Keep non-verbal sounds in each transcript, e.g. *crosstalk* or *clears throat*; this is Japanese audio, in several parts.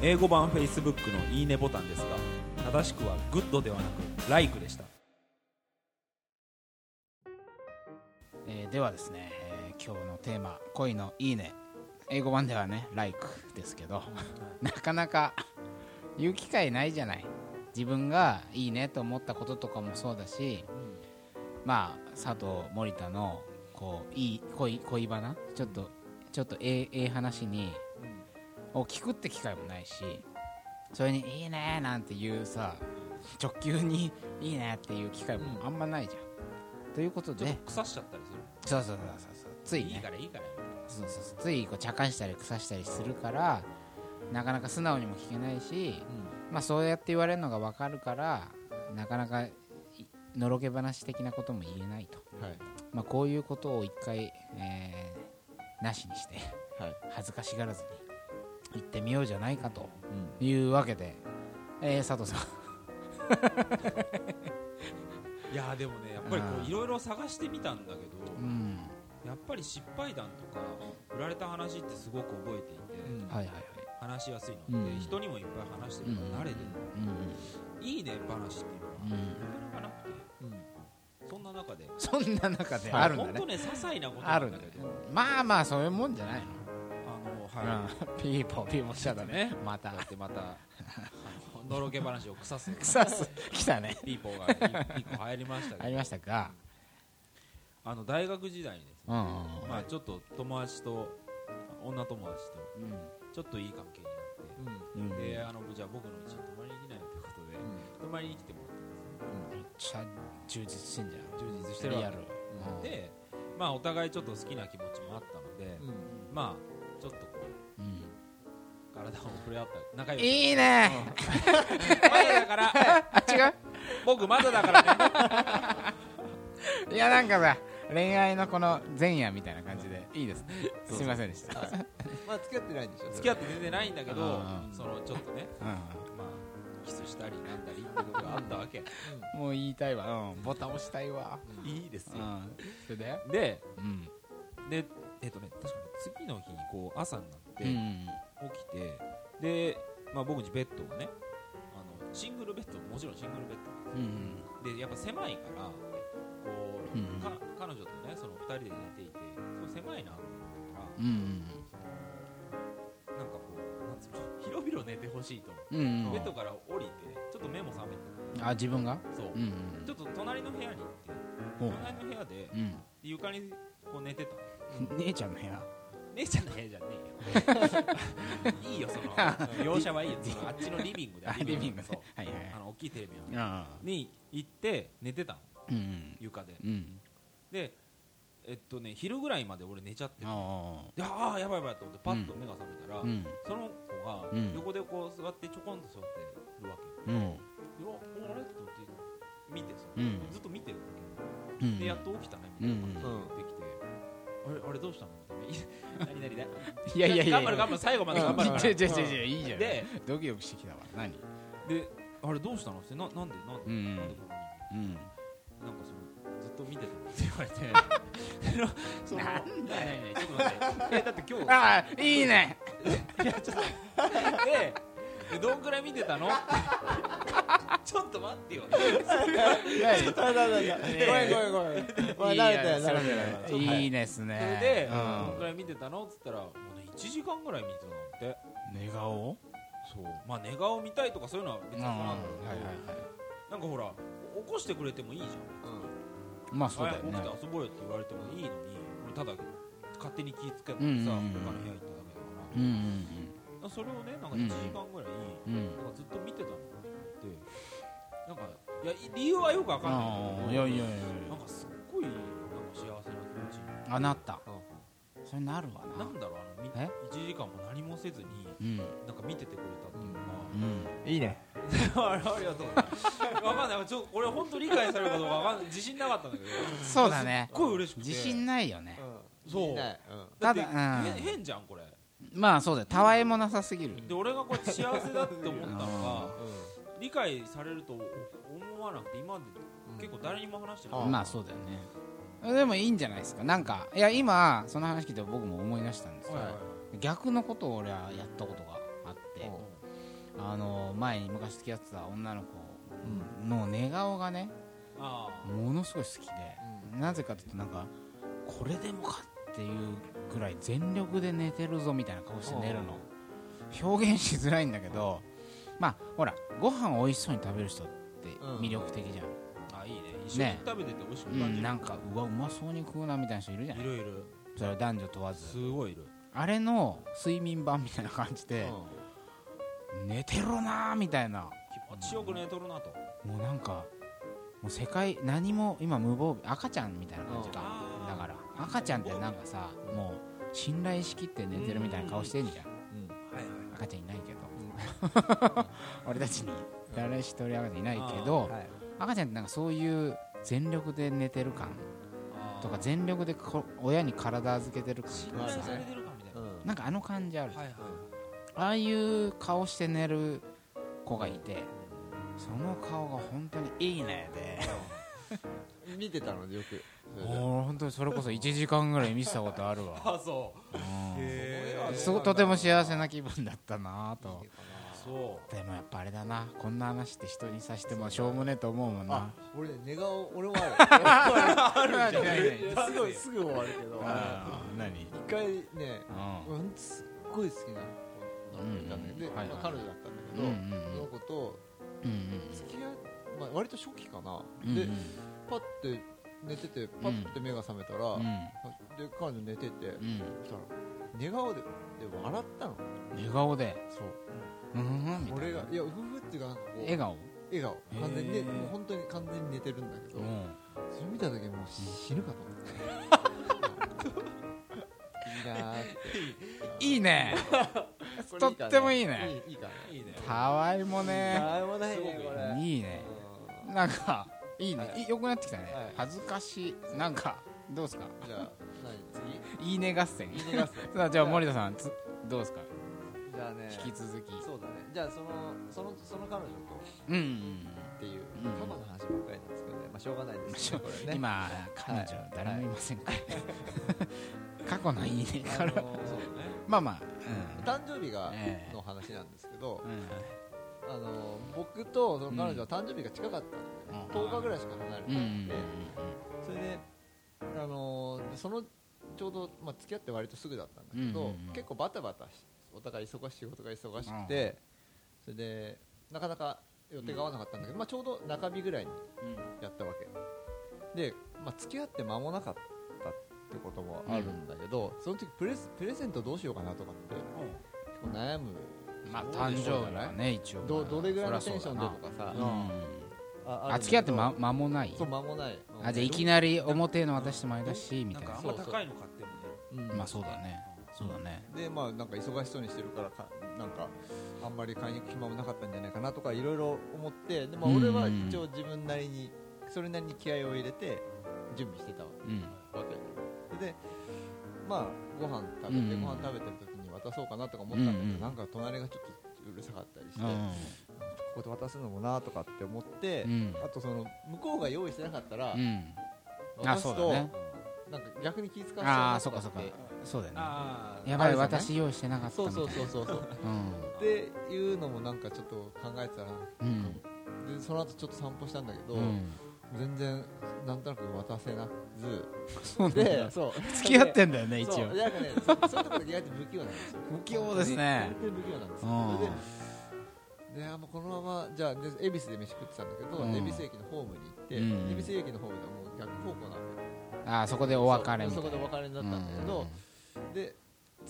英語版 Facebook の「いいね」ボタンですが正しくはグッドではなく「ライクでしたえーではですね、えー今日のテーマ「恋のいいね」英語版ではね「like」ですけどなかなか言う機会ないじゃない自分がいいねと思ったこととかもそうだし、まあ佐藤森田のこういい恋恋バナちょっとちょっとええええ話に、を聞くって機会もないしそれに「いいね」なんていうさ直球に「いいね」っていう機会もあんまないじゃん。ということ」ちょっでと腐しちゃったりするそうそうそうそうついねいいからいいからそうそうそうついこう茶化したり腐したりするからなかなか素直にも聞けないし、まあ、そうやって言われるのが分かるからなかなかいのろけ話的なことも言えないと、はいまあ、こういうことを一回、えーなしにしてはい恥ずかしがらずに言ってみようじゃないかというわけで、えー佐藤さんいやーでもねやっぱりこうんういろいろ探してみたんだけど、うんやっぱり失敗談とか売られた話ってすごく覚えていて、うんはいはいはい話しやすいので、うん人にもいっぱい話してるから慣れてる、うんいいね話っていうのはうんうんなかなかなくてそんな中でそんな中であるんだ本ね当ね些細なことなあるんんだだねけどまあまあそういうもんじゃないのあのはい、うんピーポーピーポーしちゃったねまただってまたあののろけ話を腐す草す来たねピーポーが一個流行りましたあけりどましたかあの大学時代にですね、うんうんまあ、ちょっと友達と女友達とうんちょっといい関係になっうんうんて、であのじゃあ僕の家に泊まりに来ないということで、泊まりに来てもらったんですねめっちゃ充実してんじゃ充実してんるリアわルけで、まあ、お互いちょっと好きな気持ちもあったので、まあちょっとこううんうん体を触れ合った仲良くいいねまだだから *laughs* あ違僕まだだからね *laughs* ういやなんかさ恋愛のこの前夜みたいな感じでいいですねすみませんでしたまあ付き合ってないんでしょ付き合って全然ないんだけどうんそのちょっとねうまあキスしたりなんだりってことがあったわけんもう言いたいわうんボタン押したいわいいですうんそれででうんでえっとね確かに次の日にこう朝になって、うん起きてで、まあ、僕にベッドがねあのシングルベッドもちろんシングルベッうんドでやっぱ狭いからこう、うんか彼女とねその2人で寝ていてそう狭いなと思ったかうんうんらなんかこうなんつうの広々寝てほしいと思うんうんう、うベんッドから降りてちょっと目も覚めてあ自分がそう、うんちょっと隣の部屋に行ってうん隣の部屋でうん床にこう寝てたの姉ちゃんの部屋姉ちゃんの部屋じゃねえよいいよ *laughs* その容赦はいいよそのあっちのリビングであリビングそうねはいはいはいあの大きいテレビのあに行って寝てたのあうん床でうんでえっとね昼ぐらいまで俺寝ちゃっててあでああやばいやばいと思ってパッと目が覚めたら、あうんその子がうん横でこう座ってちょこんと座ってるわけ、うんでああれと思って見てさ、うんずっと見てるわうけんでやっと起きたねみたいな感じでうんできて、あれあれどうしたのみたいな *laughs* 何々だいやいやいや頑張る頑張る最後まで頑張るからちょちょちょちょいいじゃんでドキドキしてきたわ何であれどうしたのってななんでなんで、うんなんでここにうなんんかそのずっと見てたのって言われて *laughs* そのなんだよねえねえちょっと待ってえだって今日ああいいねででどんくらい見てたの *laughs* ちょっと待ってよ何あだだだごめんごめんごめんまあ慣れたよ慣れたよいいですそれねで、うどんくらい見てたのっつったらもうね1時間ぐらい見てたのってん寝顔そうまあ寝顔見たいとかそういうのは別うにんそうはいなはんだけど、いはいなんかほら起こしてくれてもいいじゃんまあそうだよね早く起きて遊ぼうよって言われてもいいのに俺ただ勝手に気ぃつけてさ、うんうんうん他の部屋行っただけだからうんそれをねなんか1時間ぐらい、うんうんなんかずっと見てたのってなんかいや理由はよくわかんないんああだいけやどいやいやなんかすっごいなんか幸せな気持ちにあなったうんそれなるわななんだろうあのみえ1時間も何もせずにうんなんか見ててくれたっていううんいいねの *laughs* が、あれありがとうわかんないちょ俺本当理解されるかどうかわかんない自信なかったんだけど *laughs* そうだねすっごい嬉しくて自信ないよねそういいねうんだってただうんへ変じゃんこれまあそうだよたわいもなさすぎるで俺がこう幸せだって思ったのがう理解されると思わなくて今まで結構誰にも話してない、うんまあそうだよねでもいいんじゃないですかなんかいや今その話聞いて僕も思い出したんですよはいはい逆のことを俺はやったことがあってうんあの前に昔付き合ってた女の子の寝顔がねあものすごい好きでなぜかというとなんかこれでもかっていうぐらい全力で寝てるぞみたいな顔して寝るの表現しづらいんだけどまあほらご飯美味しそうに食べる人って魅力的じゃん、ーあいいね一緒にね食べてて美味しくうん感じるなんかうわうまそうに食うなみたいな人いるじゃんいろいろそれは男女問わずすごいいるあれの睡眠版みたいな感じでうん寝てろなーみたいな気持ちよく寝とるなともうなんかもう世界何も今無防備赤ちゃんみたいな感じかあだから赤ちゃんってなんかさもう信頼しきって寝てるみたいな顔してんじゃんーはいはい赤ちゃんいないけど *laughs* 俺たちに誰一人赤ちゃんいないけどはい赤ちゃんってなんかそういう全力で寝てる感あーとか全力でこ親に体預けてる感信とかさ頼されてるかみたいなうんなんかあの感じあるはいはいああいう顔して寝る子がいてその顔が本当にいいねで見てたのよくそれでもう本当にそれこそ1時間ぐらい見せたことあ *laughs* るわあそうへうーんすごとても幸せな気分だったなとそでもやっぱあれだなこんな話って人にさしてもしょうもねえと思うもんな俺ね寝顔俺もああるじゃない何る *laughs* すごいすぐ終わるけど何一回ねうんうんすっごい好きな子がいたんだけどでうんまはいはいあ彼女だったんだけうんうどんその子とうん付き合いまあ割と初期かなうんうんでパッて寝ててパッて目が覚めたらうんで彼女寝ててうんそしたら寝顔でで笑ったの寝顔でそううんうんみたいな俺がいやうふふっていうかなんかこう笑顔笑顔へー完全にねもう本当に完全に寝てるんだけどうんそれ見た時もう死ぬかと思 *laughs* っていいなーっていいねとってもいいねいいいいかなういいねたわいもねなんもないねこれいいねうなんかいいね、はいい良くなってきたね、はい恥ずかしいなんかどうですかんじゃあ何いいね合戦 *laughs* 次いいね合戦さあじゃあ森田さんつどうですかじゃあね引き続きそうだねじゃあそのそのその彼女とうんうんうんっていううんパパの話ばっかりなんですけどねまあしょうがないですけどこれね今彼女はい誰もい *laughs* ませんから、過去のいいねかあのらそうーだねまあまあ誕生日がええの話なんですけどうん、うんあの僕とその彼女は誕生日が近かったので、うん10日ぐらいしか離れてうんうなくて、んそれで、あのーそのちょうど、まあ、付き合って割とすぐだったんだけど、うんうんうん結構バタバタしお互い忙しい仕事が忙しくて、それでなかなか予定が合わなかったんだけど、まあ、ちょうど中日ぐらいにやったわけで、まあ、付き合って間もなかったってこともあるんだけど、その時プレゼプレゼントどうしようかなとかって結構悩むうんまあ誕生日はね一応どどれぐらいのテンションでとそかさりゃそうだなうんああ付き合ってもま間もないそう間もないあじゃあいきなり表の私と前だしみなんたいかなあんま高いの買ってもねうんまあそうだねそうだねでまあなんか忙しそうにしてるからかなんかあんまり買いに行く暇もなかったんじゃないかなとかいろいろ思ってで、まあ、うん俺は一応自分なりにそれなりに気合を入れて準備してたわうんけでまあご飯食べて、うんご飯食べてる時に渡そうかなとか思ったんだけど、うんうんなんか隣がちょっとうるさかったりして、うこんこで渡すのもなとかって思って、うんあとその向こうが用意してなかったらうんあ渡すそうと、だねなんか逆に気遣わせちゃあなあそとっかかそっっかてそうだよねあーやばいあるじゃない私用意してなかったそうみたそいうそうそうそうなっていうのもなんかちょっと考えてたらうんうんでその後ちょっと散歩したんだけど、うん全然なんとなく渡せなそうくなんだでそう付き合っるてんだよ *laughs* ね一そう応なんかねそそういうところで意外と不器用なんですよ不器用ですね本当に不器用なんでうすよんそれでであもうこのままじゃあで恵比寿で飯食ってたんだけど、うん恵比寿駅のホームに行って、うん恵比寿駅のホームとはもう逆方向なんであーそこでお別れみそたいなうそこでお別れになったんだけど、で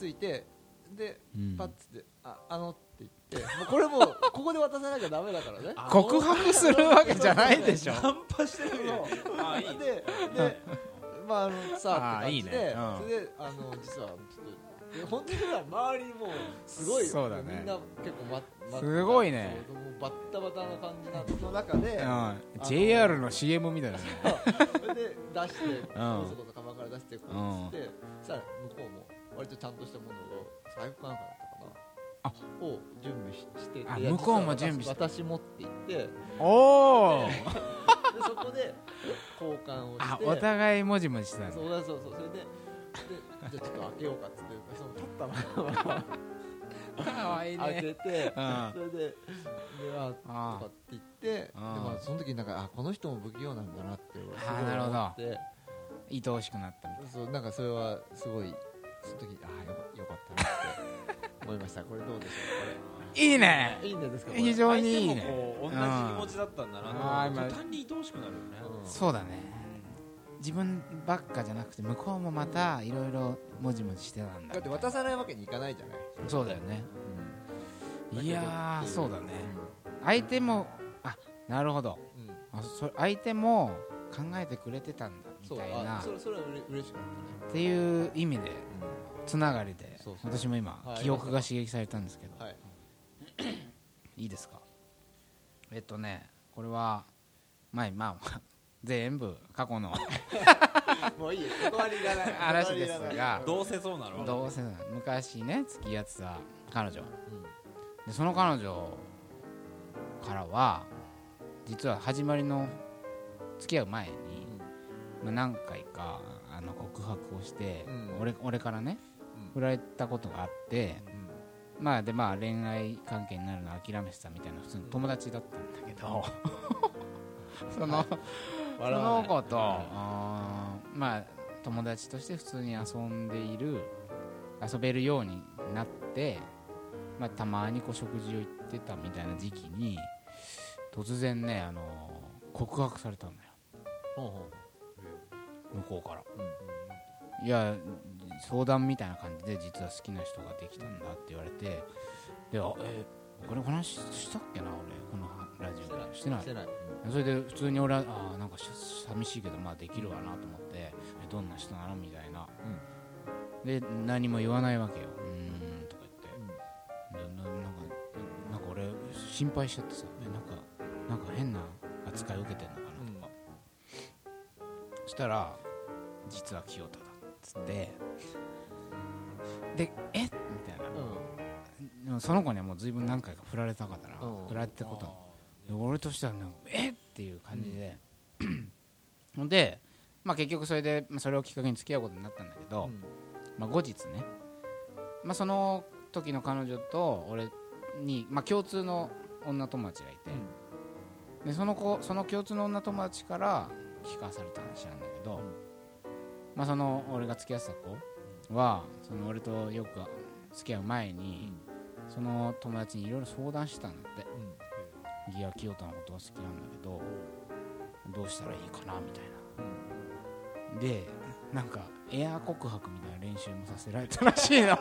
着いてでうんパッつって「ああの」って言ってもうこれもうここで渡さなきゃダメだからねあ告白するわけじゃない *laughs* でしょナンパしてるみたいなあーいいねででまああのさああーって感いいじねでうんそれであの実はちょっとで本当にさ周りもうすごいそうだねみんな結構まますごいねそうもうバッタバタな感じなの中でうん JR の CM みたいだねそれで出してうんそこそこカバンから出してこうつってさあ向こうも割とちゃんとしたものを財布かなんかだったかなを準備ししててあいや向こうも準備して実は私私持って行ってでおおそこで交換をあしてお互いもじもじしてたんだそうだそうそうそれででじゃあちょっと開けようかっつってその立ったままかわいい開ねけて、うんそれでであとあかって言ってでうんもその時なんかあこの人も不器用なんだなってすごいあーなるほど思ってー愛おしくなったみたいそうなんかそれはすごいその時ああよかよかったなって思いましたこれどうでしょいいねうこれいいんですかこれ非常にいい相手ねもこう同じ気持ちだったんだうんあなーと今途端に愛おしくなるよねうんそうだね自分ばっかじゃなくて向こうもまたいろいろもじもじしてたんだだって渡さないわけにいかないじゃない、そうだよねうんいやーけどそうだね相手もあなるほどうんうんあそ相手も考えてくれてたんだみそうたいあなそれそれはうれ嬉しかったねっていう意味でつながりでそうそう私も今はい記憶が刺激されたんですけどはいいいですかえっとねこれは前まあ全部過 *laughs* 去のもういいよ断りいらない嵐です断りいらがないどうせそうなのどうせな昔ね付き合ってた彼女うんでその彼女からは実は始まりの付き合う前に、まあ、何回かあの告白をして、うん俺俺からね、うん振られたことがあって、まあでまあ恋愛関係になるのを諦めてたみたいな普通の友達だったんだけど、 *laughs* そのうんそ笑わのない子と、あーまあ友達として普通に遊んでいる遊べるようになって、まあ、たまにこう食事を行ってたみたいな時期に突然ねあの告白されたんだよほうほ向こうからううんいや相談みたいな感じで実は好きな人ができたんだって言われてであえこれこの話したっけな俺このラジオでしてないしてないうんそれで普通に俺はあーなんかし寂しいけどまあできるわなと思ってえどんな人なのみたいな、で何も言わないわけようーんとか言ってでななんかなんか俺心配しちゃってさえなんかなんか変な扱い受けてんのかなとか、そしたら実は清田だっつってでえみたいなうんでもその子にはもう随分何回か振られたから、うん振られてたことで俺としてはなんかえっていう感じで、 *clears throat* ほん、で、まあ、結局それでまあそれをきっかけに付き合うことになったんだけど、うんまあ、後日ね、まあ、その時の彼女と俺に、まあ、共通の女友達がいて、でその子その共通の女友達から聞かされた話なんだけど、まあ、その俺が付き合ってた子はその俺とよく付き合う前に、その友達にいろいろ相談してたんだって。うんギア清田のことが好きなんだけどどうしたらいいかなみたいなでなんかエア告白みたいな練習もさせられたらしいの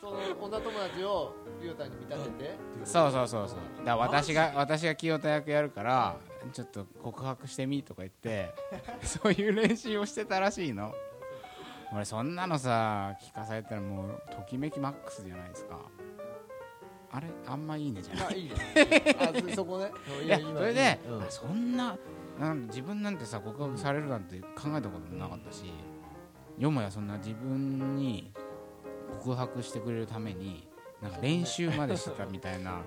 その女友達をリオタに見立ててそうそうそうそうだから私が私が清田役やるからちょっと告白してみとか言ってそういう練習をしてたらしいの俺そんなのさ聞かされたらもうときめきマックスじゃないですかあれあんまいいねじゃないあいいねあそそこねいや今それで、うんあそんななん自分なんてさ告白されるなんて考えたこともなかったし、よもやそんな自分に告白してくれるためになんか練習までしてたみたいな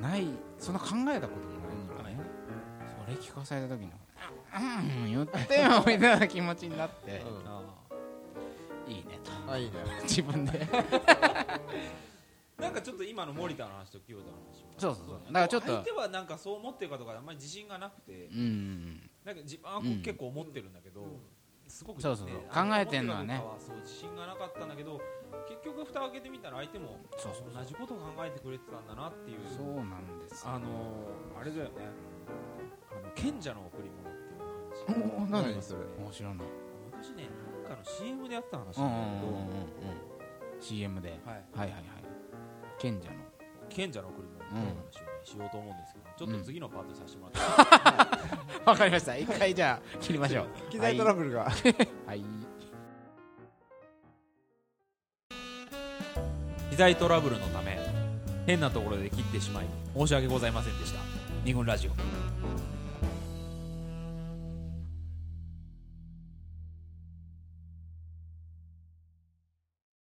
ないそんな考えたこともないからね、それ聞かされた時の「うん言ってよ」 *laughs* みたいな気持ちになってうあー「いいね」とんあいいね自分でなんかちょっと今の森田の話と清田の話もそうそうそうだからちょっと相手はなんかそう思ってるかとかあんまり自信がなくてうんなんか自分はこうんう結構思ってるんだけど、すごく、ね、そうそうそうあ考えてんのはね思ってたことかそう自信がなかったんだけど結局蓋を開けてみたら相手もそうそうそう同じことを考えてくれてたんだなっていうそうなんですあのー、あれだよねあの賢者の贈り物っていう話おお何何それ面白いな昔ねなんかの CM でやってた話うんうんなんうんだうんうん CM でけど、はい、はいはいはい賢者の賢者の贈り物っていう話をね、しようと思うんですけどちょっと次のパートにさせてもらって、わかりました一回じゃあ *laughs* 切りましょう機材トラブルがはい機材トラブルのため変なところで切ってしまい申し訳ございませんでした2分ラジオ